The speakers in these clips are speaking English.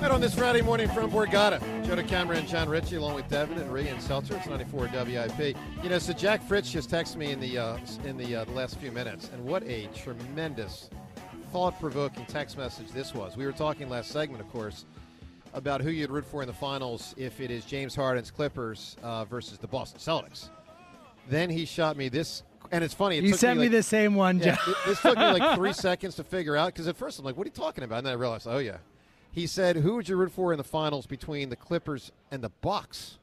Right on this Friday morning from Borgata, Joe DeCamera and John Ritchie, along with Devin and Rhea and Seltzer. It's 94 WIP. You know, so Jack Fritz just texted me in the uh, in the, uh, the last few minutes, and what a tremendous, thought-provoking text message this was. We were talking last segment, of course, about who you'd root for in the finals if it is James Harden's Clippers uh, versus the Boston Celtics. Then he shot me this, and it's funny. It you took sent me, like- the same one, yeah, Jeff. th- this took me like three seconds to figure out because at first I'm like, "What are you talking about?" And then I realized, "Oh yeah." He said, "Who would you root for in the finals between the Clippers and the Bucks?"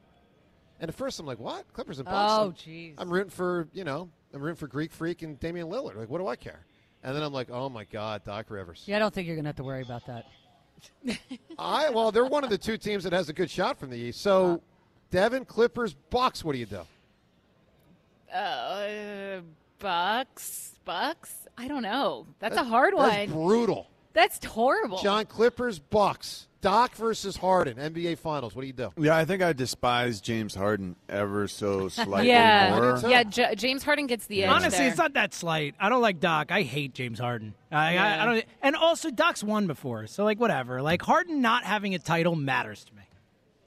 And at first I'm like, "What? Clippers and Bucks?" Oh, I'm- jeez. I'm rooting for you know, I'm rooting for Greek Freak and Damian Lillard. Like, what do I care? And then I'm like, "Oh my God, Doc Rivers." Yeah, I don't think you're going to have to worry about that. I well, they're one of the two teams that has a good shot from the East. So, Devin, Clippers, Bucks. What do you do? Uh, bucks, bucks. I don't know. That's a hard Uh, That's one. brutal. That's horrible. John, Clippers, Bucks. Doc versus Harden, NBA Finals. What do you do? Yeah, I think I despise James Harden ever so slightly yeah, more. too. yeah. J- James Harden gets the edge. Honestly, there. it's not that slight. I don't like Doc. I hate James Harden. I, I, Yeah. I don't. And also, Doc's won before, so like whatever. Like Harden not having a title matters to me.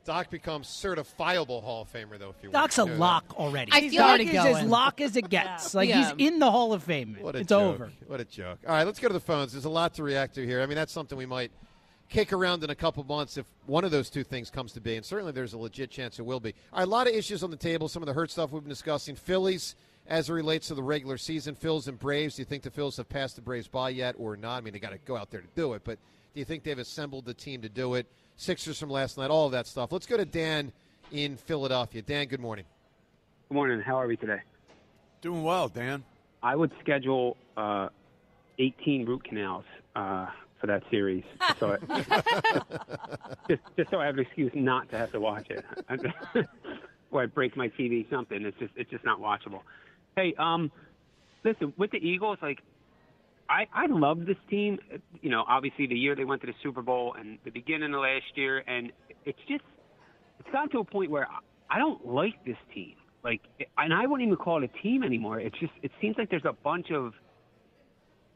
Doc becomes certifiable Hall of Famer, though. If you Doc's a want to lock already. I He's feel Doc like- is as going. lock as it gets. Like Yeah. he's in the Hall of Fame. What a it's joke. over. What a joke. All right, let's go to the phones. There's a lot to react to here. I mean, that's something we might kick around in a couple months if one of those two things comes to be, and certainly there's a legit chance it will be. All right, a lot of issues on the table. Some of the hurt stuff we've been discussing. Phillies as it relates to the regular season. Phils and Braves. Do you think the Phils have passed the Braves by yet, or not? I mean, they got to go out there to do it, but do you think they've assembled the team to do it? Sixers from last night, all of that stuff. Let's go to Dan in Philadelphia. Dan, good morning. Good morning. How are we today? Doing well, Dan. I would schedule uh, 18 root canals uh, for that series, so I, just, just so I have an excuse not to have to watch it, or I break my TV. Something. It's just it's just not watchable. Hey, um, listen. With the Eagles, like I I love this team. You know, obviously the year they went to the Super Bowl and the beginning of last year, and it's just it's gotten to a point where I- I don't like this team. Like, and I wouldn't even call it a team anymore. It's just it seems like there's a bunch of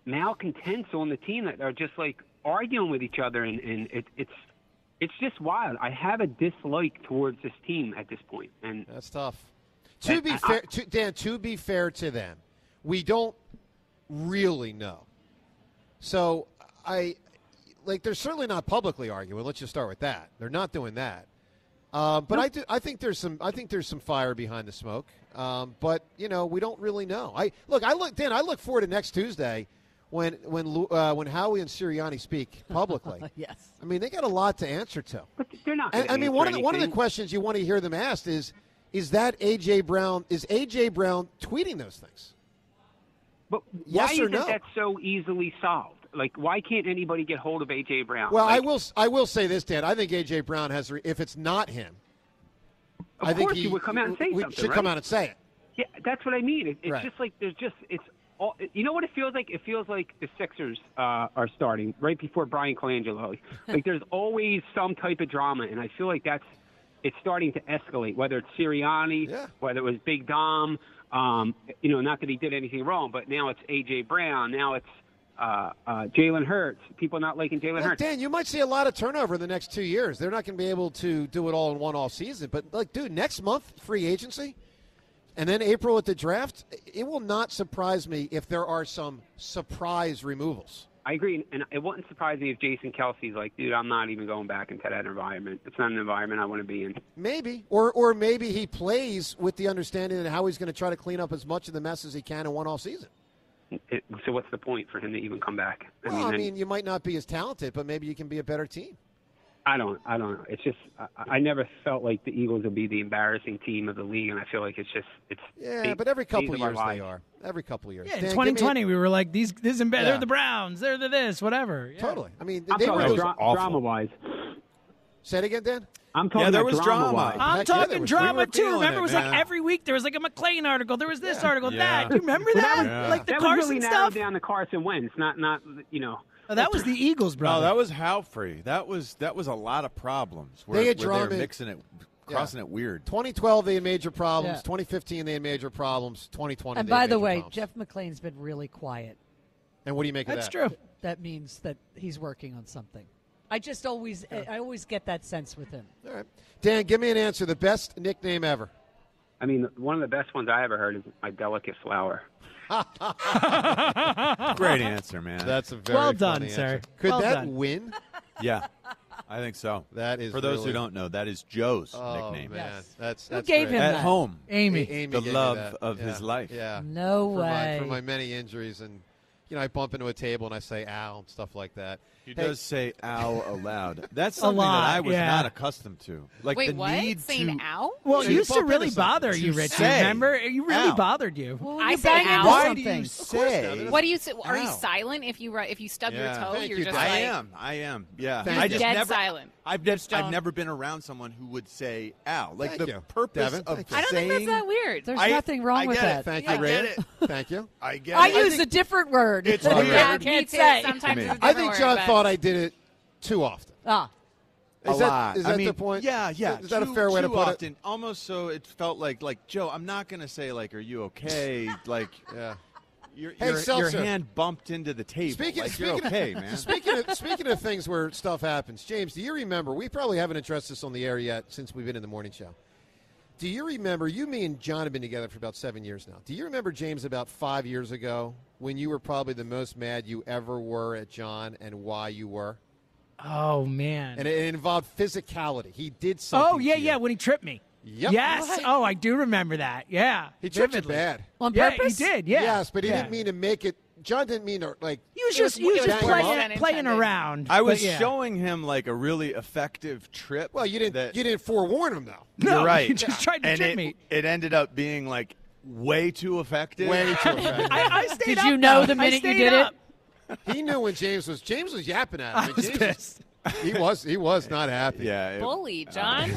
malcontents on the team that are just like arguing with each other, and and it, it's it's just wild. I have a dislike towards this team at this point, and That's tough. To be I- fair, to, Dan, to be fair to them, we don't really know. So I, like, they're certainly not publicly arguing. Let's just start with that. They're not doing that. Um, but I do. I think there's some. I think there's some fire behind the smoke. Um, but you know, we don't really know. I look. I look. Dan, I look forward to next Tuesday when when Lu- uh, when Howie and Sirianni speak publicly. Yes. I mean, they got a lot to answer to. but they're not. And, gonna I mean, answer one of the, one of the anything. questions you want to hear them asked is, is that AJ Brown? Is AJ Brown tweeting those things? But Yes why or isn't no? that so easily solved? Like, why can't anybody get hold of AJ Brown? Well, I Like, will s- I will say this, Dan. I think AJ Brown has. Re- if it's not him, Of I think course, he he would come out and say we something, Should come right? out and say it. Yeah, that's what I mean. It, it's Right. just like there's just it's all. You know what it feels like? It feels like the Sixers uh, are starting right before Brian Colangelo. like there's always some type of drama, and I feel like that's it's starting to escalate. Whether it's Sirianni, Yeah. whether it was Big Dom, um, you know, not that he did anything wrong, but now it's AJ Brown. Now it's uh, uh, Jalen Hurts, people not liking Jalen Look, Hurts. Dan, you might see a lot of turnover in the next two years. They're not going to be able to do it all in one off season. But like, dude, next month free agency, and then April at the draft. It will not surprise me if there are some surprise removals. I agree, and it wouldn't surprise me if Jason Kelsey's like, dude, I'm not even going back into that environment. It's not an environment I want to be in. Maybe, or or maybe he plays with the understanding that how he's going to try to clean up as much of the mess as he can in one off season. It, so what's the point for him to even come back? Well, I then- mean, you might not be as talented, but maybe you can be a better team. I don't. I don't know. It's just I, I never felt like the Eagles would be the embarrassing team of the league, and I feel like it's just it's. Yeah, they- but every couple these years our they lives. are. Every couple years. Yeah, in Dan, give me- 2020, we were like, these, this is better. Yeah. They're the Browns. They're the this, whatever. Yeah. Totally. I mean, I'm they talking were about those, dra- awful. drama wise. say it again, Dan. I'm talking Yeah, there about was drama. Uh, wise. I'm Heck, yeah, there talking was- we drama were too. feeling Remember, it, it was man. like every week there was like a McLean article, there was this article, Yeah. that. Do you remember that? Yeah. Like the that was Carson really narrowed stuff. down to Carson Wentz, not not you know. Oh, that was the Eagles, brother. No, that was Halfrey. That was that was a lot of problems. Where, They had where drama. were mixing it, crossing it weird. 2012 they had major problems. Yeah. 2015 they had major problems. 2020. And they had by the major way, problems. Jeff McLean's been really quiet. And what do you make That's of that? true. That means that he's working on something. I just always, I always get that sense with him. All right, Dan, give me an answer. The best nickname ever. I mean, one of the best ones I ever heard is my delicate flower. Great answer, man. That's a very Well done, funny sir. answer. Could Well that done. win? yeah, I think so. That is for those really- who don't know. That is Joe's Oh nickname man, Yes. that's, Who that's gave great. him at that? home. Amy. A- Amy The gave me love that. of Yeah. his life. Yeah. No for way. My, for my many injuries and. You know, I bump into a table and I say "ow" and stuff like that. He Hey, does say "ow" aloud. That's something lot, that I was yeah. not accustomed to. Like Wait, the what? need Saying to. ow? Well, So it you used to bump into really something. bother you, To Richie. say, Remember, it really "Ow." bothered you. Well, I you say bang into ow. Why something. do you say? What do you? s- Are you Ow. silent if you ru- if you stub your Yeah. toe? Thank you're you, just Dan. I like am. I am. Yeah. Thank I you. just dead never. silent. I've never, don't. I've never been around someone who would say "ow." Like um, Thank the you. purpose Devin, of thank you. I don't think that's saying- that weird. There's I- nothing wrong I with get that. it. Thank I you, get Ray. it. Thank you. I get I it. use a differant word. It's that weird. you yeah, never I can can't say. say. Sometimes mean, it's a I different think word, John but- thought I did it too often. Ah, a Is that- lot. is I that mean, the point? Yeah, yeah. Is that a Too- fair way to too put it? often, Almost so it felt like, like Joe, I'm not gonna say like, "Are you okay?" like, Yeah. your, Hey, your, your Seltzer. hand bumped into the table. Speaking- like, speaking you're of- okay, man. Speaking of, speaking of things where stuff happens, James, do you remember? We probably haven't addressed this on the air yet since we've been in the morning show. Do you remember? You, me, and John have been together for about seven years now. Do you remember, James, about five years ago when you were probably the most mad you ever were at John and why you were? Oh man. And it, it involved physicality. He did something. oh yeah, to you. yeah. When he tripped me. Yep. Yes. What? Oh, I do remember that. Yeah. He tripped you Vividly. bad. on Yeah, purpose. he did. Yeah. Yes, but he Yeah. didn't mean to make it. John didn't mean to like. He was It was- just he was it just was playing well playing intended. around. I was but yeah. showing him like a really effective trip. Well, you didn't. That, you didn't forewarn him though. No, you're right. He just tried to and trip it, me. It ended up being like way too effective. Way too effective. I, I stayed Did up, you know though. the I minute you stayed did up. it? He knew when James was James was yapping at him. I and was James, pissed. He was he was not happy. Yeah. it- Bully, John.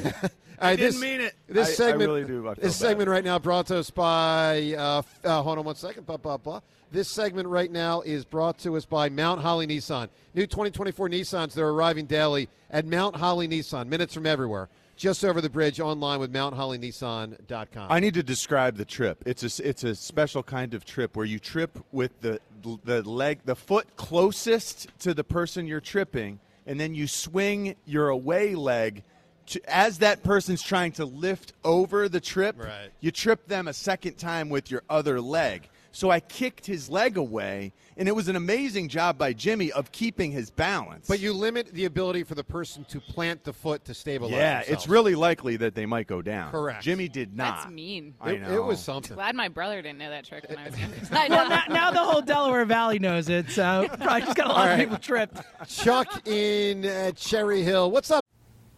All right, didn't this, mean it. This I- I segment, really do. I feel this bad. segment right now brought to us by. Uh, f- uh, hold on one second. Blah blah blah. This segment right now is brought to us by Mount Holly Nissan. New 2024 Nissans. They're arriving daily at Mount Holly Nissan. Minutes from everywhere. Just over the bridge. Online with MountHollyNissan.com. I need to describe the trip. It's a s- it's a special kind of trip where you trip with the the leg the foot closest to the person you're tripping, and then you swing your away leg to, as that person's trying to lift over the trip. Right. You trip them a second time with your other leg. So I kicked his leg away, and it was an amazing job by Jimmy of keeping his balance. but you limit the ability for the person to plant the foot to stabilize. yeah, themselves. it's really likely that they might go down. Correct. Jimmy did not. That's mean. I It- know. It, was something. Glad my brother didn't know that trick when I was young. Well, now, now the whole Delaware Valley knows it, so probably just got a lot of people tripped. Chuck in uh, Cherry Hill. What's up?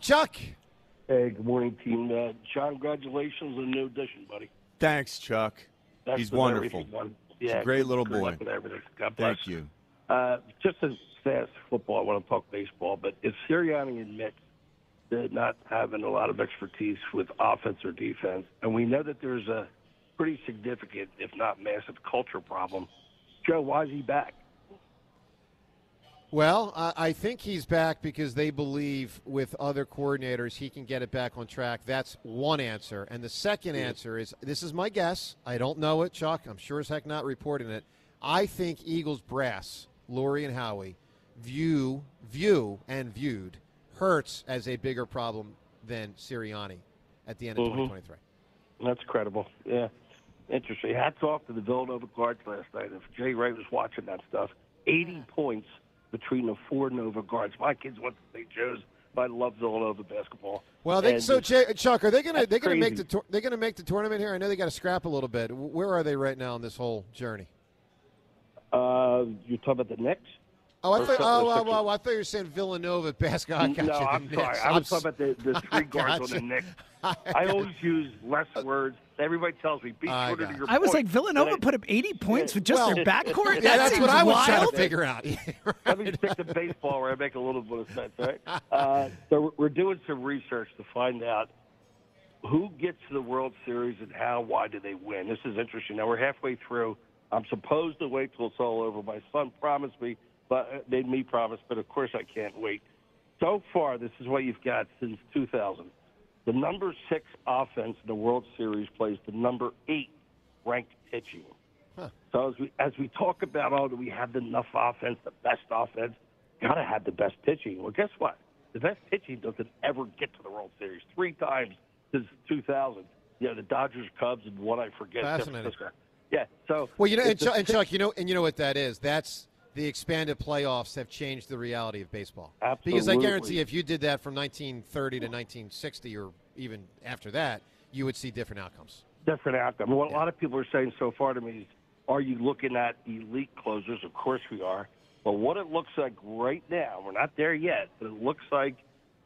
Chuck. Hey, good morning, team. Uh, John, congratulations on the new addition, buddy. Thanks, Chuck. That's He's with wonderful. everything, buddy. He's Yeah, a great little good boy. luck with everything. God bless. Thank you. Uh, just as fast football, I want to talk baseball, but if Sirianni admits to not having a lot of expertise with offense or defense, and we know that there's a pretty significant, if not massive, culture problem, Joe, why is he back? Well, I I think he's back because they believe with other coordinators he can get it back on track. That's one answer. And the second answer is this is my guess. I don't know it, Chuck. I'm sure as heck not reporting it. I think Eagles brass, Lori and Howie, view, view, and viewed Hurts as a bigger problem than Sirianni at the end of Mhm. 2023. That's credible. Yeah. Interesting. Hats off to the Villanova guards last night. If Jay Wright was watching that stuff, 80 points between the four Nova guards. My kids went to St. Joe's. I love Villanova basketball. Well, they, And so it's- Jay, Chuck, are they going to That's they going to make the crazy. tour, they going to make the tournament here? I know they got to scrap a little bit. Where are they right now in this whole journey? Uh, you're talking about the Knicks? Oh, Or I thought, something, oh, oh, something. oh, I thought you were saying Villanova basketball. I got no, you, the I'm sorry. Knicks. I was I'm talking about the, the I three guards on gotcha. the Knicks. I always use less words. Everybody tells me, be I shorter got to it. your I was point. like, Villanova put up 80 points with just their Well, backcourt? yeah, That that's seems what I was wild. trying trying to figure out. Let me stick to baseball where I make a little bit of sense, all right? Uh, so we're- we're doing some research to find out who gets to the World Series and how, why do they win? This is interesting. Now, we're halfway through. I'm supposed to wait till it's all over. My son promised me, but uh, made me promise, but of course I can't wait. So far, this is what you've got since 2000. The number six offense in the World Series plays the number eight ranked pitching. So as we as we talk about, oh, do we have enough offense, the best offense? Gotta have the best pitching. Well, guess what? The best pitching doesn't ever get to the World Series. Three times since 2000. You know, the Dodgers, Cubs, and one I forget. San Fascinating. Francisco. Yeah. So Well, you know, and it's a Chuck, and Chuck, you know, and you know what that is. That's the expanded playoffs have changed the reality of baseball. Because I guarantee, Absolutely. if you did that from 1930 to 1960, or even after that, you would see different outcomes. different outcome. What a lot of people are saying so far to me is, are you looking at elite closers? Of course we are. But what it looks like right now, we're not there yet, but it looks like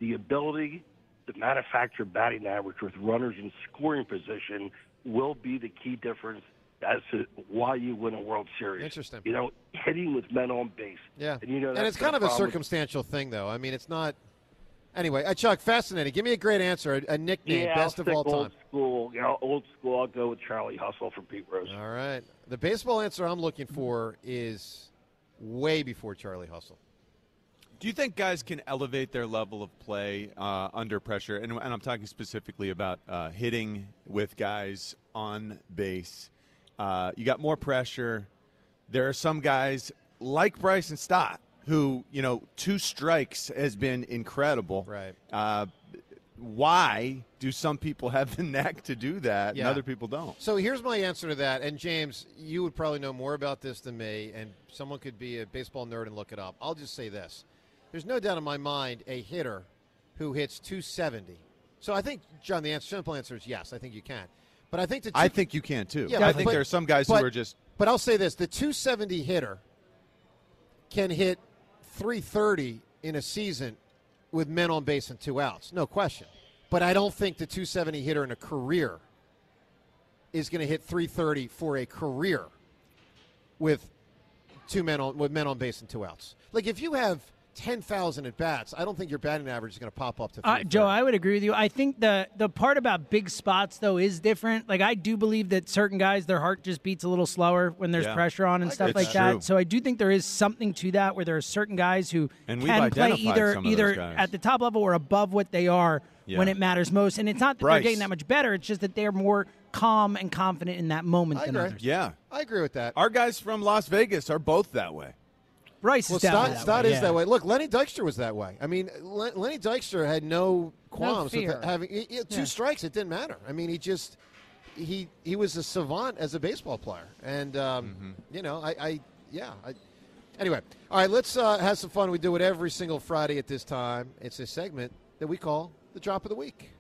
the ability to manufacture batting average with runners in scoring position will be the key difference as to why you win a World Series. Interesting. You know, hitting with men on base. Yeah, And you know, and that's it's been kind a of a problem. circumstantial thing, though. I mean, it's not. Anyway, uh, Chuck, fascinating. Give me a great answer, a, a nickname, Yeah, I'll best of stick all old time. School, you know, old school. I'll go with Charlie Hustle for Pete Rose. All right. The baseball answer I'm looking for is way before Charlie Hustle. Do you think guys can elevate their level of play uh, under pressure? And, and I'm talking specifically about uh, hitting with guys on base. Uh, you got more pressure. There are some guys like Bryson Stott who, you know, two strikes has been incredible. Right. Uh, why do some people have the knack to do that Yeah. and other people don't? So here's my answer to that. And James, you would probably know more about this than me, and someone could be a baseball nerd and look it up. I'll just say this there's no doubt in my mind a hitter who hits 270. So I think, John, the answer, simple answer is yes. I think you can. But I think the I two- think you can too. Yeah, I but- think but- there are some guys but- who are just But I'll say this: the 270 hitter can hit 330 in a season with men on base and two outs, no question. But I don't think the 270 hitter in a career is going to hit 330 for a career with two men on with men on base and two outs. Like if you have 10,000 at bats, I don't think your batting average is going to pop up to. Uh, 330. Joe, I would agree with you. I think the the part about big spots though is different. Like I do believe that certain guys, their heart just beats a little slower when there's Yeah. pressure on and I stuff agree. like It's true. that. So I do think there is something to that where there are certain guys who And we've can play identified either some of either those guys. at the top level or above what they are Yeah. when it matters most. And it's not that Bryce. they're getting that much better. It's just that they're more calm and confident in that moment I than agree. others. Yeah. I agree with that. Our guys from Las Vegas are both that way. Bryce Well, is down. Stott, Stott is that way. Look, Lenny Dykstra was that way. I mean, Len- Lenny Dykstra had no qualms fear. with having he- he had two Yeah. strikes. It didn't matter. I mean, he just he he was a savant as a baseball player, and um, you know, I, I yeah, I, Anyway, all right, let's uh, have some fun. We do it every single Friday at this time. It's a segment that we call the Drop of the Week.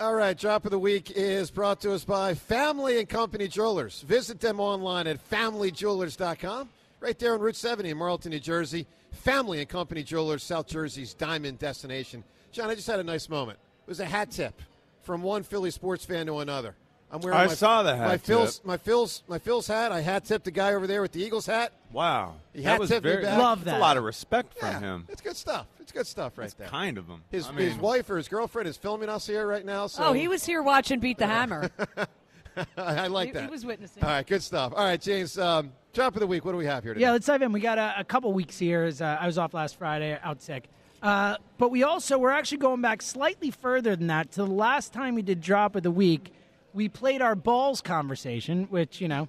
All right, Drop of the Week is brought to us by Family and Company Jewelers. Visit them online at familyjewelers.com, right there on Route 70 in Marlton, New Jersey. Family and Company Jewelers, South Jersey's diamond destination. John, I just had a nice moment. It was a hat tip from one Philly sports fan to another. I'm wearing I my, saw the hat my tip. Phil's my Phil's my Phil's hat. I hat tipped the guy over there with the Eagles hat. Wow. He that hat was tipped me very back. Love That's that. a lot of respect from him. It's good stuff. It's good stuff right That's there. kind of him. His I his mean- wife or his girlfriend is filming us here right now. So oh, he was here watching Beat the Hammer. I like He- that. he was witnessing. All right, good stuff. All right, James. Um, drop of the week. What do we have here today? Yeah, let's dive in. We got a, a couple weeks here. As uh, I was off last Friday, out sick. Uh, but we also we're actually going back slightly further than that to the last time we did drop of the week. We played our balls conversation, which you know,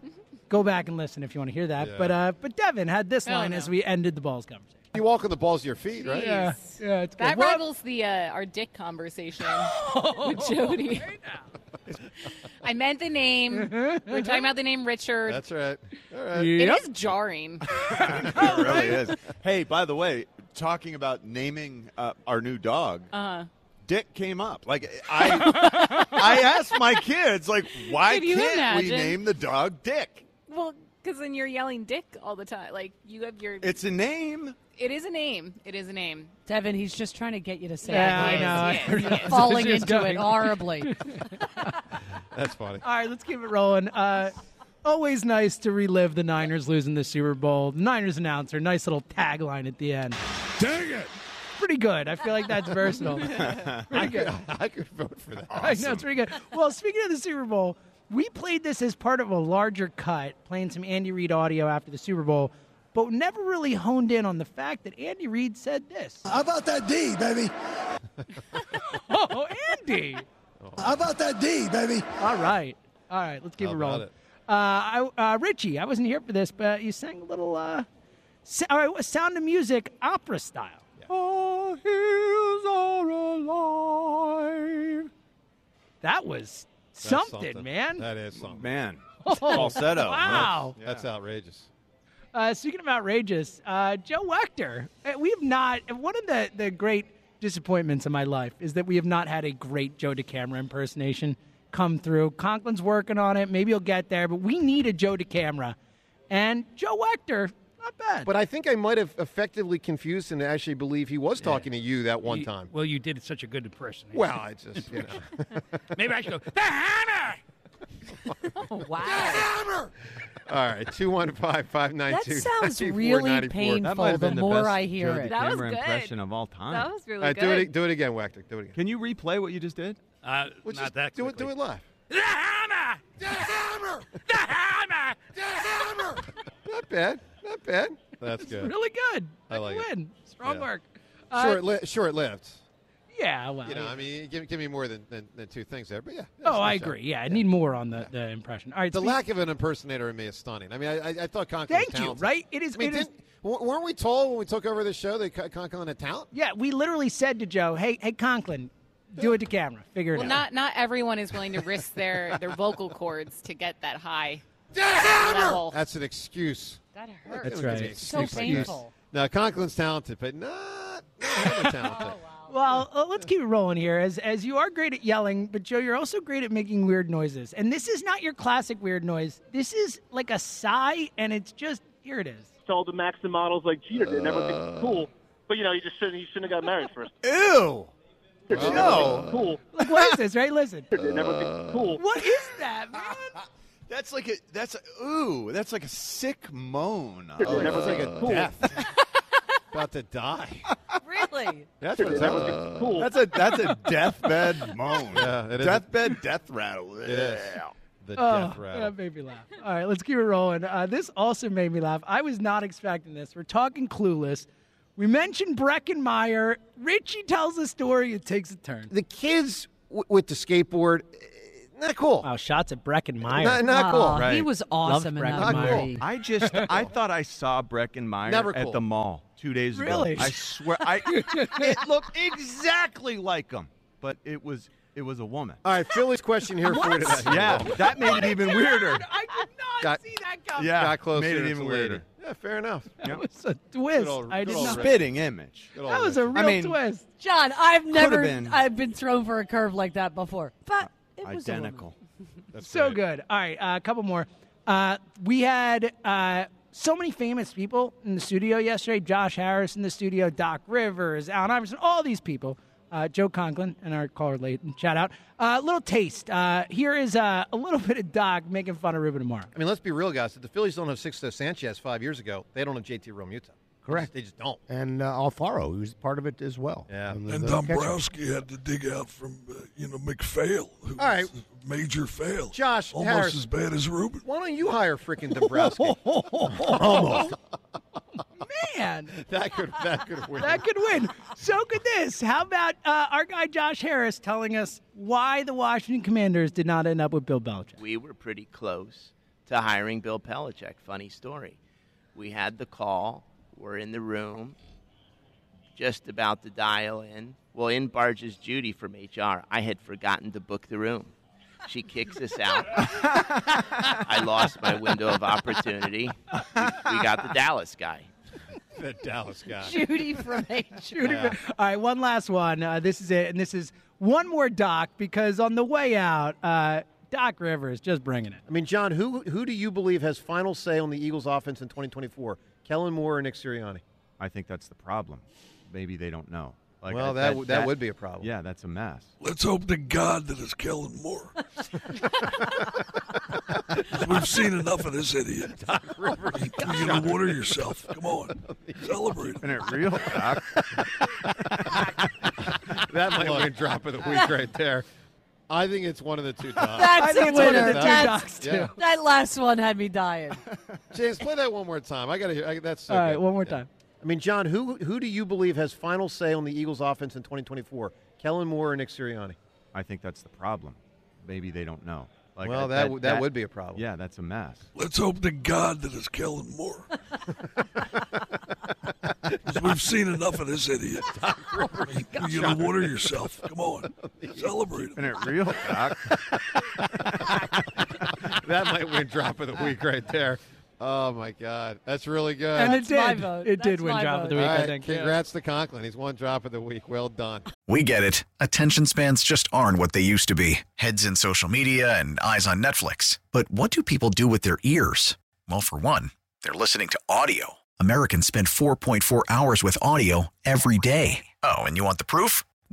go back and listen if you want to hear that. Yeah. But uh, but Devin had this Mm-hmm. Hell line no. as we ended the balls conversation. You walk on the balls of your feet, right? Yeah, yeah, it's That good. Well, Oh, rivals the uh, our dick conversation with Jody. I meant the name. Mm-hmm, We're talking about the name Richard. That's right. All right. It is jarring. it really is. Hey, by the way, talking about naming uh, our new dog, Uh, Dick came up. Like I, I asked my kids, like, why Could you can't we imagine? name the dog Dick? well, because then you're yelling Dick all the time. Like you have your. It's a name. It is a name. It is a name. Devin, he's just trying to get you to say it. Yeah, I He know. is, he I is. know. Falling She's into going. it horribly. That's funny. All right, let's keep it rolling. Uh, always nice to relive the Niners losing the Super Bowl. Niners announcer, nice little tagline at the end. Dang it! Pretty good. I feel like that's versatile. I could, I could vote for that. I know it's pretty good. Well, speaking of the Super Bowl, we played this as part of a larger cut, playing some Andy Reid audio after the Super Bowl, but never really honed in on the fact that Andy Reid said this. How about that D, baby? oh, Andy! How about that D, baby? All right, all right. Let's keep How it about rolling. it? Uh, I, uh, Richie, I wasn't here for this, but you sang a little. Uh, sa- all right, Sound of Music, opera style. Oh, All hills are alive. That was That's something, man. That is something. Man, Oh, falsetto. Wow. That's outrageous. Uh, speaking of outrageous, uh, Joe Wechter. Uh, We have not. One of the, the great disappointments in my life is that we have not had a great Joe DeCamera impersonation come through. Conklin's working on it. Maybe he'll get there, but we need a Joe DeCamera. And Joe Wechter, not bad. But I think I might have effectively confused him to actually believe he was talking to you that one time. Well, you did such a good impersonation. Well, I just, you know. Maybe I should go, the hammer! wow. All right, 215 592 That sounds really That painful might have the been the more best I hear Joe it. That was DeCamera good. impression of all time. That was really good. do, it, do it again, Wactor. Do it again. Can you replay what you just did? Uh, Well, not just that do it, quickly. do it live. The hammer! The hammer! The hammer! Not bad. Not bad. That's good. really good. I like it. win. Strong Yeah. work. Uh, Short, li- short lived. Yeah, well. You know, yeah. I mean, give, give me more than, than, than two things there. But yeah. that's oh, I nice job. agree. Yeah, I need more on the, the impression. All right. The speak- lack of an impersonator in me is stunning. I mean, I, I, I thought Conklin. Thank was you, talented. right? It is- I mean, it is- didn't- w- weren't we told when we took over the show that Con- Conklin had talent? Yeah, we literally said to Joe, "Hey, hey, Conklin, do it to camera. Figure it Well, out." not not everyone is willing to risk their their vocal cords to get that high level. That's an excuse. That hurts. That's It was an right. So excuse like this. painful. Now Conklin's talented, but not, not Hammer talented. Well, uh, let's keep it rolling here. As as you are great at yelling, but Joe, you're also great at making weird noises. And this is not your classic weird noise. This is like a sigh, and it's just here it is. to all the Maxim models like Jeter did, and everything was cool. But you know, you just shouldn't you shouldn't have got married first. Ew. Everything's cool. Like what is this? Right? Listen. And everything's cool. What is that, man? That's like a that's a, ooh, that's like a sick moan. And everything's cool. About to die. really? That's what it's And like. everything's cool. Oh, That's a that's a deathbed moan. Yeah, it is. Deathbed death rattle. It is. Yeah. The Oh, death rattle. that made me laugh. All right, let's keep it rolling. Uh, this also made me laugh. I was not expecting this. We're talking clueless. We mentioned Breckenmeyer. Richie tells a story. It takes a turn. The kids w- with the skateboard, eh, not cool. Wow, shots at Breckenmeyer. Not, not cool. Aw, He Right. was awesome in Loved that Breckenmeyer. movie. I just I thought I saw Breckenmeyer Never at cool. the mall. two days Really? ago. I swear, I it looked exactly like him, but it was it was a woman. All right, Philly's question here for you tonight. Yeah, that made it even weirder. I did not Got- see that coming. Yeah, got closer. made it to even the lady. weirder. Yeah, fair enough. That was a twist. I did not. spitting image. Good old That was a Richard. real I mean, twist. John, I've never been. I've been thrown for a curve like that before. But it was a woman. identical. so good. All right, uh, a couple more. Uh, we had uh, so many famous people in the studio yesterday. Josh Harris in the studio, Doc Rivers, Allen Iverson, all these people. Uh, Joe Conklin and our caller late shout out. A little taste. Uh, here is uh, a little bit of Doc making fun of Ruben Amaro. I mean, let's be real, guys. If the Phillies don't have Sixto Sanchez five years ago, they don't have JT Realmuto. Correct. They just don't. And uh, Alfaro, who's part of it as well. Yeah. the And catcher. Dombrowski had to dig out from, uh, you know, McPhail, who All right. was a major fail. Josh Almost Harris. as bad as Ruben. Why don't you hire freaking Dombrowski? Almost. Man, that could that could win. That could win. So could this. How about uh, our guy Josh Harris telling us why the Washington Commanders did not end up with Bill Belichick? We were pretty close to hiring Bill Belichick. Funny story. We had the call. We're in the room, just about to dial in. Well, in barges Judy from HR. I had forgotten to book the room. She kicks us out. I lost my window of opportunity. We, we got the Dallas guy. The Dallas guy. Judy from HR. Dude, All right, one last one. Uh, this is it, and this is one more Doc because on the way out, uh, Doc Rivers just bringing it. I mean, John, who who do you believe has final say on the Eagles' offense in 2024? Kellen Moore or Nick Sirianni? I think that's the problem. Maybe they don't know. Well, I- that w- that would be a problem. Yeah, that's a mess. Let's hope to God that it's Kellen Moore. 'Cause We've seen enough of this idiot. you you gotta water yourself. Come on. Celebrate. Keeping it real, Doc. That might be a drop of the week right there. I think it's one of the two. Docs. That's a winner. Docs. That's, That last one had me dying. James, play that one more time. I got to hear. I, that's so All right, good. one more Yeah. time. I mean, John, who who do you believe has final say on the Eagles' offense in 2024? Kellen Moore or Nick Sirianni? I think that's the problem. Maybe they don't know. Well, I- that w- that would be a problem. Yeah, that's a mess. Let's hope to God that it's Kellen Moore. 'Cause We've seen enough of this idiot. you you gotta water yourself. Come on. Celebrate. Keeping it real, Doc. that might win drop of the week right there. Oh my God, that's really good. And it That's my did. vote. It did That's win my drop of vote. the week, All I right, think, yeah. Congrats to Conklin. He's won drop of the week. Well done. We get it. Attention spans just aren't what they used to be heads in social media and eyes on Netflix. But what do people do with their ears? Well, for one, they're listening to audio. Americans spend 4.4 hours with audio every day. Oh, and you want the proof?